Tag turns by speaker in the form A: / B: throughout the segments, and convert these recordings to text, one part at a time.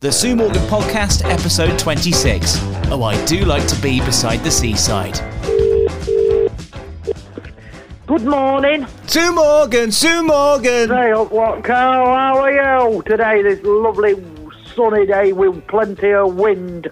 A: The Sue Morgan Podcast, episode 26. Oh, I do like to be beside the seaside.
B: Good morning.
A: Sue Morgan, Sue Morgan!
B: Hey, up what, Carl? How are you today? This lovely sunny day with plenty of wind.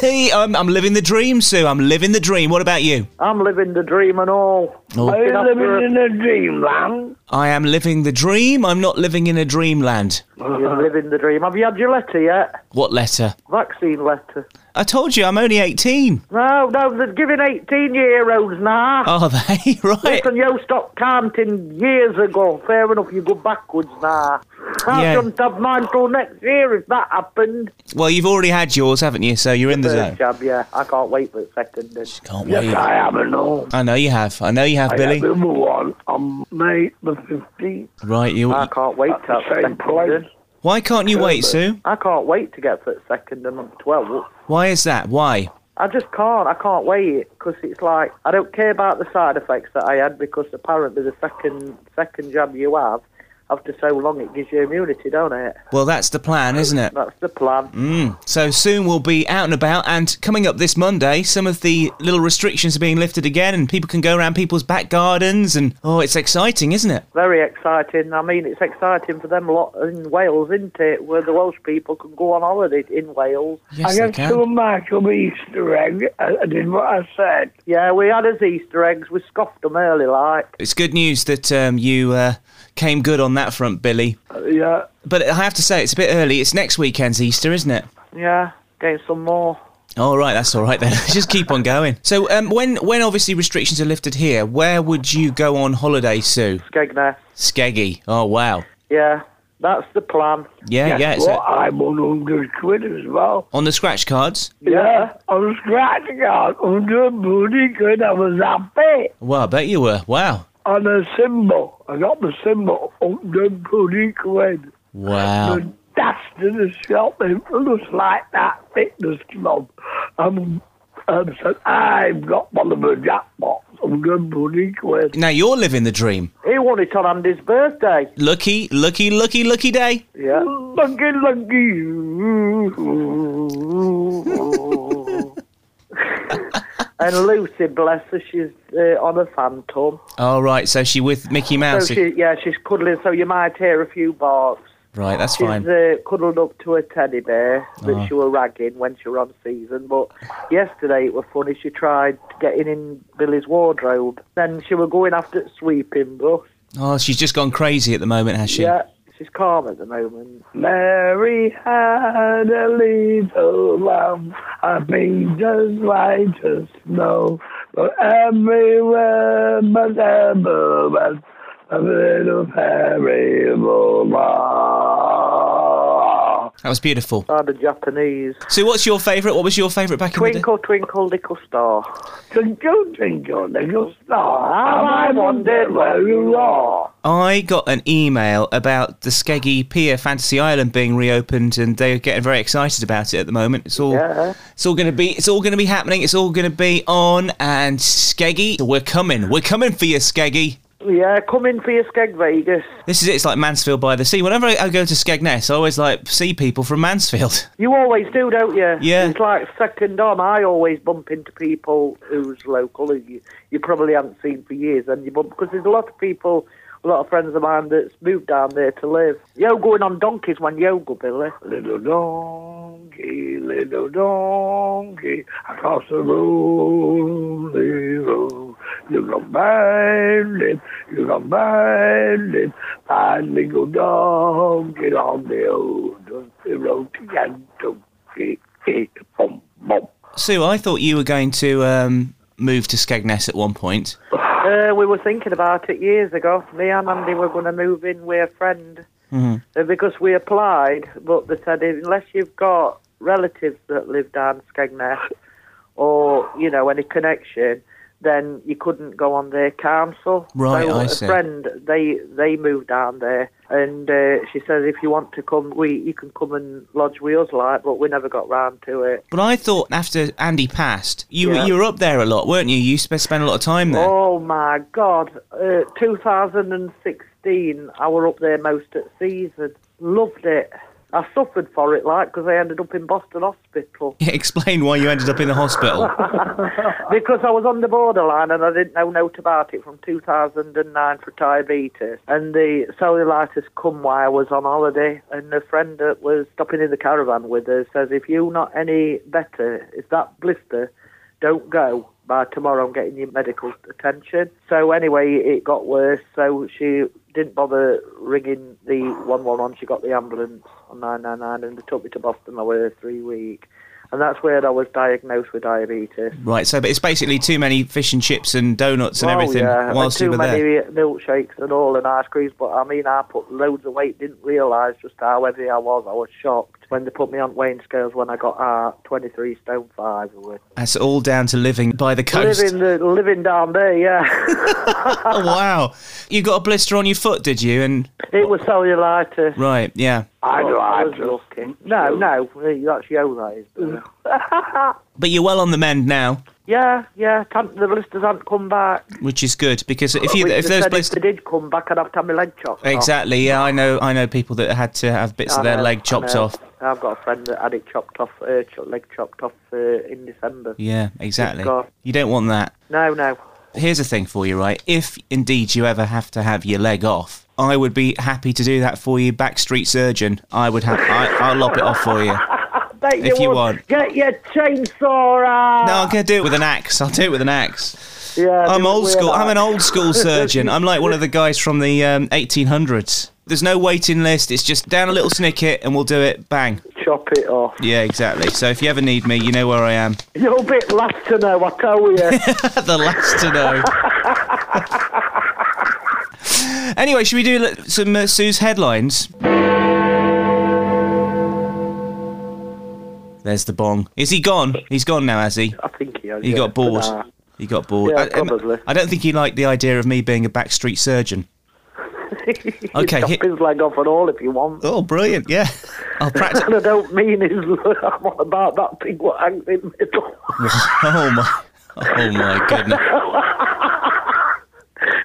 A: Hey, I'm, I'm living the dream, Sue. I'm living the dream. What about you?
B: I'm living the dream and all.
A: Oh.
B: Looking
C: You're
B: after
C: living in a dreamland.
A: I am living the dream. I'm not living in a dreamland.
B: a- You're living the dream. Have you had your letter yet?
A: What letter?
B: Vaccine letter.
A: I told you, I'm only 18.
B: No, no, they're giving 18 year olds now.
A: Are they? right.
B: Listen, you stopped counting years ago. Fair enough, you go backwards now. I
A: Yeah.
B: shouldn't have mine till next year if that happened.
A: Well, you've already had yours, haven't you? So you're in the zone.
B: First jab, yeah. I can't wait for the second. and-
A: Can't
C: Yes,
A: wait.
C: I am an old.
A: I know you have. I know you have,
C: I
A: Billy.
C: have the one on May the 15th.
A: Right, you.
C: Uh,
B: I can't wait
C: At
B: to have
C: the same
B: second.
C: place.
B: and-
A: Why can't you wait, Sue?
B: I can't wait to get for the second and I'm 12.
A: Why is that? Why?
B: I just can't. I can't weigh it because it's like I don't care about the side effects that I had because apparently the second second jab you have after so long it gives you immunity, don't it?
A: Well, that's the plan, isn't it?
B: That's the plan.
A: Mm. So soon we'll be out and about, and coming up this Monday, some of the little restrictions are being lifted again, and people can go around people's back gardens, and oh, it's exciting, isn't it?
B: Very exciting. I mean, it's exciting for them lot in Wales, isn't it? Where the Welsh people can go on holiday in Wales.
A: Yes,
C: I got to a Michael Easter egg. I, I did what I said.
B: Yeah, we had us Easter eggs. We scoffed them early, like.
A: It's good news that um, you uh, came good on that front, Billy.
C: Uh, Yeah,
A: But I have to say, it's a bit early. It's next weekend's Easter, isn't it?
B: Yeah, getting some more.
A: All right, that's all right then. Just keep on going. So, um, when when obviously restrictions are lifted here, where would you go on holiday, Sue?
B: Skegness.
A: Skeggy. Oh wow.
B: Yeah, that's the plan.
A: Yeah, yeah. it's
C: well,
A: a-
C: I won 100 quid as well.
A: on the scratch cards.
B: Yeah.
C: I was scratching out 100 bloody quid. I was happy
A: Well, I bet you were. Wow.
C: on a symbol. I got the symbol, 100 bloody quid.
A: Wow.
C: the dust in the shop and it looks like that fitness club. Um, and said, I've got one of the jackpots. I'm going to put it quid.
A: Now you're living the dream.
B: He won it on Andy's birthday.
A: Lucky, lucky, lucky, lucky day.
B: Yeah.
C: Lucky, lucky you.
B: And Lucy, bless her, she's uh, on a phantom.
A: All right. So she with Mickey
B: So
A: Mouse.
B: she, yeah, she's cuddling, so you might hear a few barks.
A: right. That's
B: She's
A: fine.
B: uh, cuddled up to a teddy bear that
A: Ah.
B: she were ragging when she were on season. But yesterday it was funny. She tried getting in Billy's wardrobe. Then she were going after the sweeping brush.
A: Oh, she's just gone crazy at the moment, has she?
B: Yeah, she's calm at the moment.
C: Mary had a little lamb, a pink as white as snow. But everywhere but ever went, a little fairy lamb.
A: That was beautiful.
B: Ah, the Japanese.
A: So, what's your favourite? What was your favourite back in the day?
B: Twinkle, twinkle, little star.
C: Twinkle, twinkle, little star, how
B: I
C: I wonder
B: wondered
C: where you are.
A: I got an email about the Skeggy Pier Fantasy Island being reopened, and they're getting very excited about it at the moment. It's all,
B: Yeah.
A: it's all going to be, it's all going to be happening. It's all going to be on. And Skeggy, we're coming. We're coming for you, Skeggy.
B: Yeah, come in for your Skeg Vegas.
A: This is it. It's like Mansfield by the sea. Whenever I, I go to Skegness, I always like see people from Mansfield.
B: You always do, don't you?
A: Yeah.
B: It's like second on. I always bump into people who's local who you, you probably haven't seen for years, and you bump because there's a lot of people, a lot of friends of mine that's moved down there to live. Yo, going on donkeys when yo go, Billy.
C: Little donkey, little donkey, across the lonely road. You can find it, you can find it, find little donkey on the old dusty road. Yankee, bum, bum.
A: Sue, I thought you were going to um, move to Skegness at one point.
B: Uh, we were thinking about it years ago. Me and Andy were going to move in with a friend
A: Mm-hmm.
B: uh, because we applied, but they said unless you've got relatives that live down Skegness or you know any connection, then you couldn't go on their council.
A: Right,
B: so
A: I
B: a
A: see.
B: friend they they moved down there, and uh, she says if you want to come, we you can come and lodge with us, like, but we never got round to it.
A: But I thought after Andy passed, you
B: Yeah.
A: were you were up there a lot, weren't you? You sp- spent a lot of time there.
B: Oh my God! Uh, 2016, I were up there most at season. Loved it. I suffered for it, like, because I ended up in Boston Hospital
A: Yeah, explain why you ended up in the hospital.
B: because I was on the borderline and I didn't know note about it from 2009 for diabetes. And the cellulitis come while I was on holiday, and a friend that was stopping in the caravan with us says, "If you're not any better, if that blister, don't go." By tomorrow, I'm getting your medical attention. So anyway, it got worse. So she didn't bother ringing the 111. She got the ambulance on 999, and they took me to Boston. I was there three weeks, and that's where I was diagnosed with diabetes.
A: Right, so but it's basically too many fish and chips and donuts and
B: Oh,
A: everything
B: yeah.
A: whilst
B: and
A: you
B: too
A: were
B: many
A: there.
B: milkshakes and all and ice creams. But I mean, I put loads of weight. Didn't realise just how heavy I was. I was shocked when they put me on weighing scales when I got uh, 23 stone five. I was.
A: That's all down to living by the coast.
B: Living the living down there, yeah.
A: Oh, wow. You got a blister on your foot, did you? And
B: it was cellulitis.
A: right, yeah.
C: I
B: But
C: do
B: I
C: I
B: was
C: do.
B: lucky. No, no, that's yo that is.
C: Mm.
B: but-
A: But you're well on the mend now,
B: Yeah, yeah. Tant- the blisters haven't come back.
A: which is good because if you
B: Which
A: if
B: they
A: those
B: said
A: blisters
B: if they did come back, I'd have to have my leg chopped. off.
A: Exactly. Yeah, I know. I know people that had to have bits
B: I
A: of their
B: know,
A: leg
B: I
A: chopped
B: know.
A: off.
B: I've got a friend that had it chopped off, uh, cho- leg chopped off uh, in December.
A: Yeah, exactly.
B: God.
A: You don't want that.
B: No, no.
A: Here's a thing for you, right? If indeed you ever have to have your leg off, I would be happy to do that for you, backstreet surgeon. I would have. I, I'll lop it off for you.
B: Bet
A: If you
B: would.
A: want.
B: Get your chainsaw out.
A: No, I'm gonna do it with an axe. I'll do it with an axe.
B: yeah,
A: I'm
B: do it
A: old
B: with
A: school.
B: that.
A: I'm an old school surgeon. I'm like one of the guys from the um, 1800s. There's no waiting list. It's just down a little snicket and we'll do it. Bang.
B: Chop it off.
A: Yeah, exactly. So if you ever need me, you know where I am.
B: You're a bit last to know, I tell you.
A: the last to know. anyway, should we do li- some uh, Sue's headlines? There's the bong. Is he gone? He's gone now, has he?
B: I think he has.
A: He
B: yeah,
A: got bored.
B: but, uh,
A: He got bored.
B: Yeah,
A: I- I'm-
B: probably.
A: I, don't think he liked the idea of me being a backstreet surgeon. Okay,
B: Chop
A: he-
B: his leg off and all if you want.
A: Oh, brilliant! Yeah, I'll practice.
B: And I don't mean his. I'm on about that thing what hangs in the middle.
A: oh my! Oh my goodness!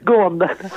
B: Go on then.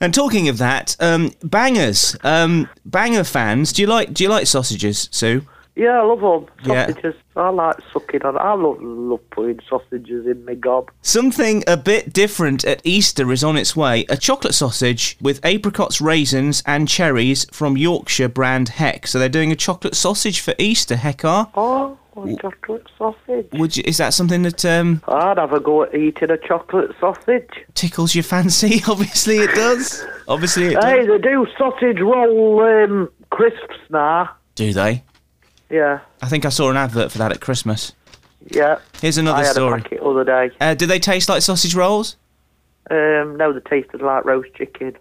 A: And talking of that, um, bangers, um, banger fans. Do you like? Do you like sausages, Sue?
B: Yeah, I love them.
A: Yeah.
B: Sausages. I like sucking on. I love, love putting sausages in my gob.
A: Something a bit different at Easter is on its way. A chocolate sausage with apricots, raisins, and cherries from Yorkshire brand Heck. So they're doing a chocolate sausage for Easter, Heckar.
B: Oh, a chocolate sausage.
A: Would you, is that something that um,
B: I'd have a go at eating a chocolate sausage.
A: tickles your fancy? Obviously it does. Obviously it
B: Hey,
A: does.
B: they do sausage roll um, crisps now.
A: Do they?
B: Yeah,
A: I think I saw an advert for that at Christmas.
B: yeah.
A: Here's another
B: I had
A: story.
B: a packet other day.
A: Uh, do they taste like sausage rolls?
B: Um, no, they tasted like roast chicken.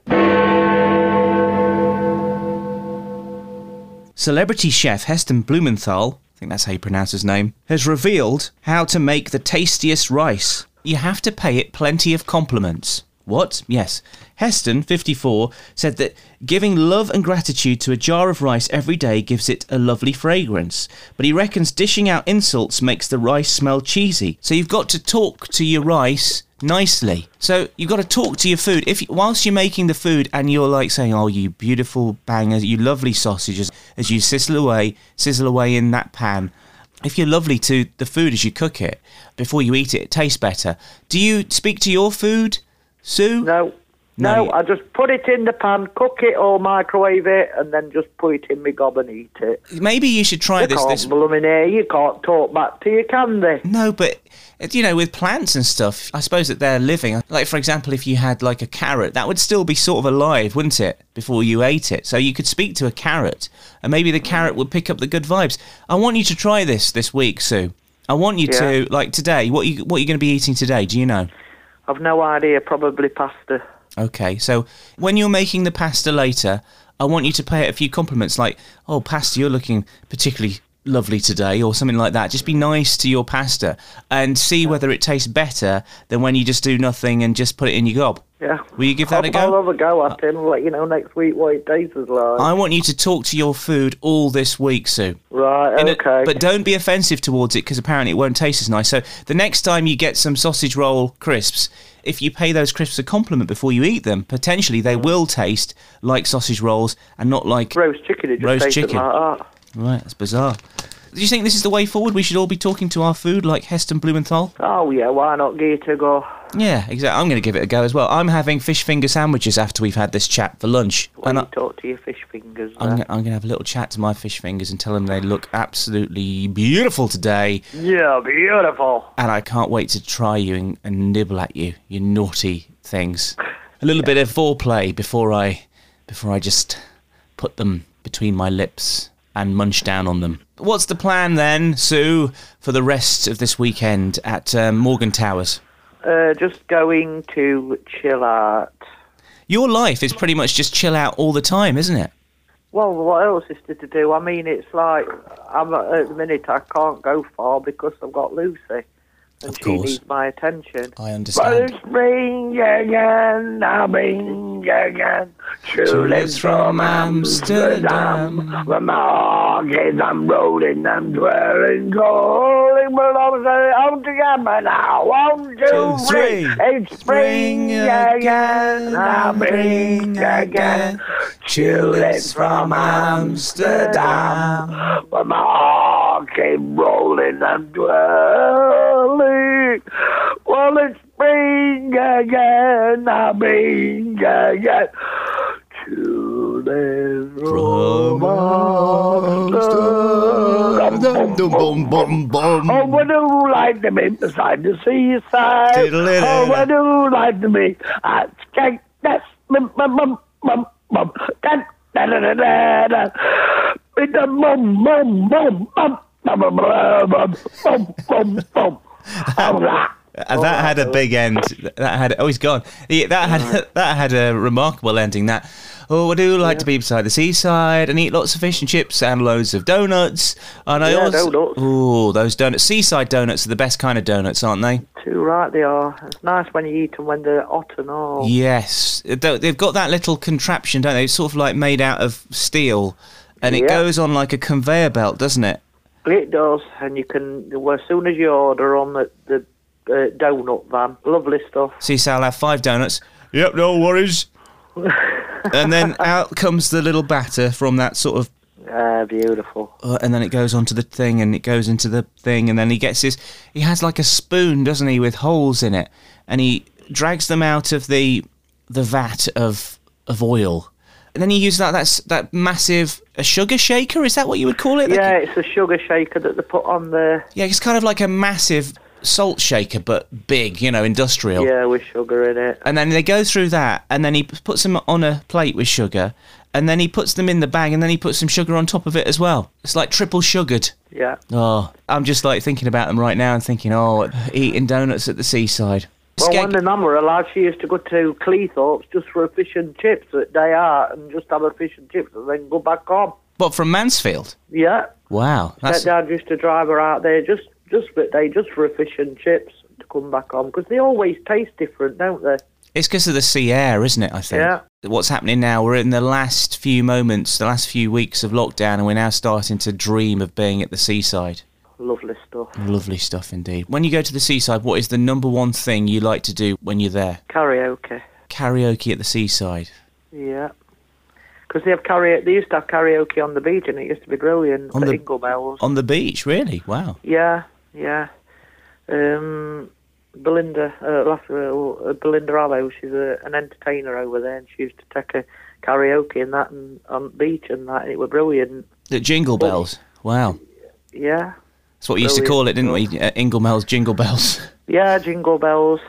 A: Celebrity chef Heston Blumenthal, I think that's how you pronounce his name, has revealed how to make the tastiest rice. You have to pay it plenty of compliments. What? Yes. Heston, 54, said that giving love and gratitude to a jar of rice every day gives it a lovely fragrance. But he reckons dishing out insults makes the rice smell cheesy. So you've got to talk to your rice nicely. So you've got to talk to your food. If whilst you're making the food and you're like saying, "Oh, you beautiful bangers, you lovely sausages," as you sizzle away, sizzle away in that pan. If you're lovely to the food as you cook it, before you eat it, it tastes better. Do you speak to your food, Sue?
B: No.
A: No,
B: No,
A: you-
B: I just put it in the pan, cook it or microwave it, and then just put it in my gob and eat it.
A: Maybe you should try
B: You
A: this.
B: can't
A: This
B: blooming air, you can't talk back to you, can they?
A: No, but uh, you know, with plants and stuff, I suppose that they're living. Like for example, if you had like a carrot, that would still be sort of alive, wouldn't it? Before you ate it, so you could speak to a carrot, and maybe the carrot would pick up the good vibes. I want you to try this this week, Sue. I want you to like today. What you what you going to be eating today? Do you know?
B: I've no idea, probably pasta.
A: Okay, so when you're making the pasta later, I want you to pay it a few compliments like, "Oh, pasta, you're looking particularly lovely today or something like that. Just be nice to your pasta and see whether it tastes better than when you just do nothing and just put it in your gob.
B: Yeah.
A: Will you give that
B: I'll,
A: a go?
B: I'll have a go at it and let you know next week what it tastes like.
A: I want you to talk to your food all this week, Sue.
B: right,
A: In a-
B: okay.
A: but don't be offensive towards it because apparently it won't taste as nice. So the next time you get some sausage roll crisps, if you pay those crisps a compliment before you eat them, potentially they will taste like sausage rolls and not like.
B: roast chicken, it just
A: Roast
B: tasted
A: chicken.
B: like that.
A: Right, that's bizarre. Do you think this is the way forward? We should all be talking to our food like Heston Blumenthal?
B: Oh, yeah, why not give it a go?
A: Yeah, exactly. I'm going to give it a go as well. I'm having fish finger sandwiches after we've had this chat for lunch.
B: When
A: and
B: you talk to your fish fingers.
A: I'm,
B: there.
A: gonna, I'm gonna have a little chat to my fish fingers and tell them they look absolutely beautiful today,
B: Yeah, beautiful.
A: and I can't wait to try you and, and nibble at you, you naughty things. A little bit of foreplay before I, before I just put them between my lips and munch down on them. What's the plan then, Sue, for the rest of this weekend at um, Morgan Towers?
B: Uh, just going to chill out.
A: Your life is pretty much just chill out all the time, isn't it?
B: Well, what else is there to do? I mean, it's like I'm at the minute I can't go far because I've got Lucy, and
A: Of
B: she
A: course.
B: needs my attention.
A: I
C: But
A: understand.
C: it's spring again, I mean again. Tulips from Amsterdam. When my orchids I'm rolling, I'm twirling, calling, but I'm saying, I'm together now. One, two,
A: Two,
C: three.
A: three.
C: It's spring again, I mean again. Tulips from Amsterdam. But my heart came rolling and dwelling. Well, it's spring again, I mean again. To the
A: From
C: Amsterdam. Oh, what do you like to be beside the seaside?
A: Diddle-diddle.
C: Oh, what do you like to be? I can't, that's, bum, bum, bum, bum, bum, that, da, da, da, da, da. With the bum, bum, bum, bum, bum, bum, bum, bum, bum, bum, bum. All right.
A: Uh, that had a big end. That had oh, he's gone. Yeah, that had that had a remarkable ending. That oh, I do like to be beside the seaside and eat lots of fish and chips and loads of donuts. And I
B: Yeah,
A: also
B: donuts.
A: oh, those donuts. Seaside donuts are the best kind of donuts, aren't they?
B: Too right they are. It's nice when you eat them when they're hot and all.
A: Yes, Though they've got that little contraption, don't they? It's sort of like made out of steel, and it
B: Yeah.
A: goes on like a conveyor belt, doesn't it?
B: It does, and you can. Well, as soon as you order on the the uh, donut van, lovely stuff.
A: See, so I'll have five donuts. Yep, no worries. and then out comes the little batter from that sort of
B: Ah, beautiful.
A: uh, and then it goes onto the thing and it goes into the thing and then he gets his he has like a spoon doesn't he with holes in it and he drags them out of the the vat of of oil and then he uses that that's that massive a sugar shaker is that what you would call it Like-
B: Yeah, it's a sugar shaker that they put on there.
A: yeah it's kind of like a massive salt shaker but big you know industrial
B: Yeah, with sugar in it.
A: and then they go through that, and then he p- puts them on a plate with sugar, and then he puts them in the bag, and then he puts some sugar on top of it as well. It's like triple sugared.
B: Yeah.
A: Oh, I'm just like thinking about them right now and thinking, oh, eating donuts at the seaside.
B: Well,
A: Skeg-
B: when the mum were alive, she used to go to Cleethorpes just for a fish and chips at day out and just have a fish and chips and then go back home.
A: but from Mansfield.
B: Yeah,
A: Wow,
B: that
A: that's
B: dad used to drive her out there just just for a day, just for a fish and chips to come back home because they always taste different, don't they?
A: it's because of the sea air, isn't it? I think.
B: Yeah.
A: What's happening now? We're in the last few moments, the last few weeks of lockdown, and we're now starting to dream of being at the seaside.
B: Lovely stuff.
A: Lovely stuff indeed. When you go to the seaside, what is the number one thing you like to do when you're there?
B: Karaoke.
A: karaoke at the seaside.
B: Yeah. Because they have karaoke. They used to have karaoke on the beach, and it used to be brilliant.
A: On
B: On
A: the-
B: the Ingle Bells.
A: On the beach, really? Wow.
B: Yeah, yeah. Um, Belinda, uh, last- uh, Belinda Allo, she's a, an entertainer over there, and she used to take a karaoke and that, and on the beach and that, and it were brilliant.
A: The jingle bells. Wow.
B: Yeah,
A: That's what we used to call it, didn't we? Uh, Inglemel's jingle bells.
B: yeah. Jingle bells.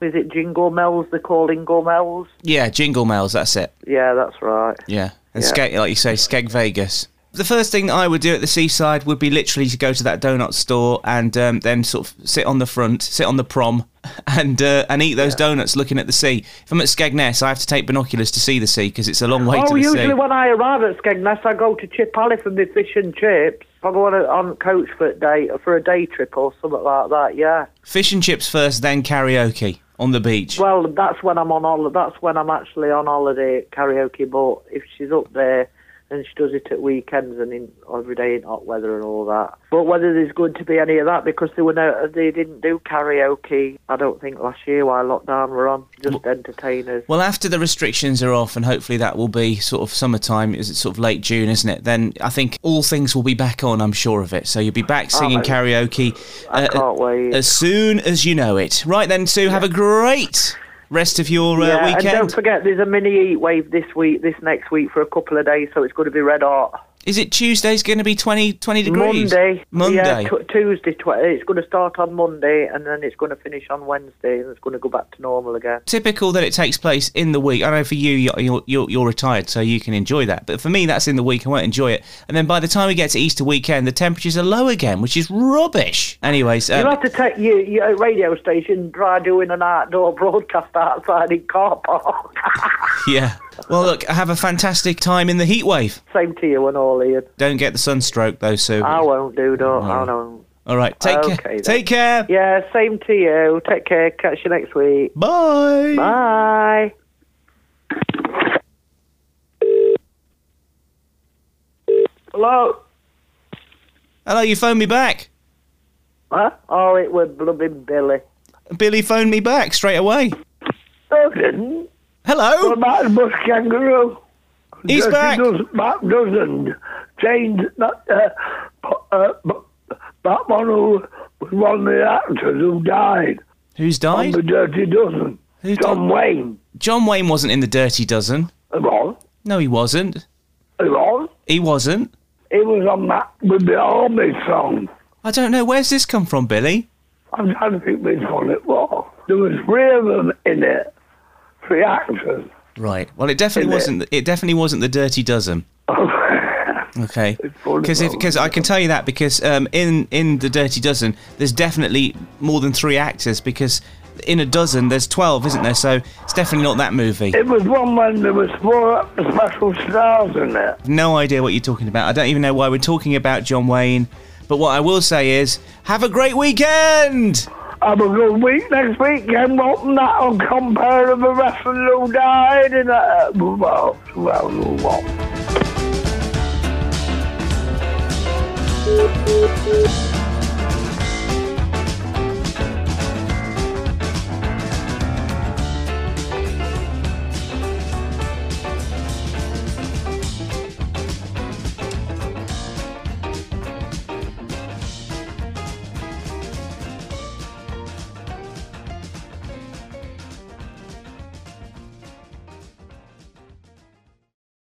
B: Is it Jingle Mells? They call Ingle Mells.
A: Yeah, jingle mells. That's it.
B: Yeah, that's right.
A: Yeah. And
B: Yeah.
A: skeg, like you say, skeg Vegas. The first thing that I would do at the seaside would be literally to go to that donut store and um, then sort of sit on the front, sit on the prom, and uh, and eat those donuts looking at the sea. If I'm at Skegness, I have to take binoculars to see the sea because it's a long way
B: oh,
A: to the sea.
B: usually when I arrive at Skegness, I go to Chip Alley for my fish and chips. Probably on, a, on coach for a day for a day trip or something like that. Yeah.
A: Fish and chips first, then karaoke on the beach.
B: Well, that's when I'm on holiday. That's when I'm actually on holiday at karaoke. But if she's up there and she does it at weekends and in every day in hot weather and all that. But whether there's going to be any of that because they were no, they didn't do karaoke. I don't think last year while lockdown were on, just entertainers.
A: Well, after the restrictions are off, and hopefully that will be sort of summertime, is it sort of late June, isn't it? Then I think all things will be back on, I'm sure of it. So you'll be back singing
B: mate.
A: karaoke uh,
B: I Oh, can't wait.
A: as soon as you know it. Right then, Sue, have a great rest of your uh,
B: yeah, and
A: weekend.
B: don't forget there's a mini heat wave this week, this next week for a couple of days, so it's going to be red hot.
A: Is it Tuesday's going to be 20, 20 degrees?
B: Monday,
A: Monday.
B: yeah, t- Tuesday. Tw- it's going to start on Monday, and then it's going to finish on Wednesday, and it's going to go back to normal again.
A: Typical that it takes place in the week. I know for you, you're- you're, you're, you're retired, so you can enjoy that. But for me, that's in the week. I won't enjoy it. And then by the time we get to Easter weekend, the temperatures are low again, which is rubbish. Anyways,
B: You'll
A: um,
B: have to take your, your radio station, try doing an outdoor broadcast outside in car park.
A: yeah. Well, look, have a fantastic time in the heat wave.
B: Same to you and all, Ian.
A: Don't get the sunstroke, though, Sue.
B: I won't do that. I don't.
A: All right, take
B: Okay,
A: care.
B: then.
A: Take care.
B: Yeah, same to you. Take care. Catch you next week.
A: Bye.
B: Bye. Hello.
A: Hello, you phoned me back.
B: Huh? Oh, it was blooming Billy.
A: Billy phoned me back straight away.
C: No, didn't.
A: Hello.
C: About the bush kangaroo.
A: He's
C: Yes,
A: back.
C: He does, Mark doesn't change that. Uh, p- uh, b- that one who was one of the actors who died
A: Who's
C: on
A: died?
C: the Dirty Dozen.
A: Who
C: John
A: died?
C: Wayne.
A: John Wayne wasn't in the Dirty Dozen.
C: He was.
A: No, he wasn't.
C: He was.
A: He wasn't.
C: He was on that with the Army song.
A: I don't know. Where's this come from, Billy?
C: I'm trying to think which one it was. There was three of them in it. Three actors.
A: Right. Well, it definitely
C: Is it?
A: wasn't. It definitely wasn't the Dirty Dozen. Okay.
C: full of
A: Because because I can tell you that because um, in in the Dirty Dozen there's definitely more than three actors because in a dozen there's twelve, isn't there? So it's definitely not that movie.
C: it was one when there was four special stars in it.
A: no idea what you're talking about. I don't even know why we're talking about John Wayne. But what I will say is, have a great weekend.
C: Have a good week next weekend. Welcome that on compare of a wrestler who died in a well, well, well.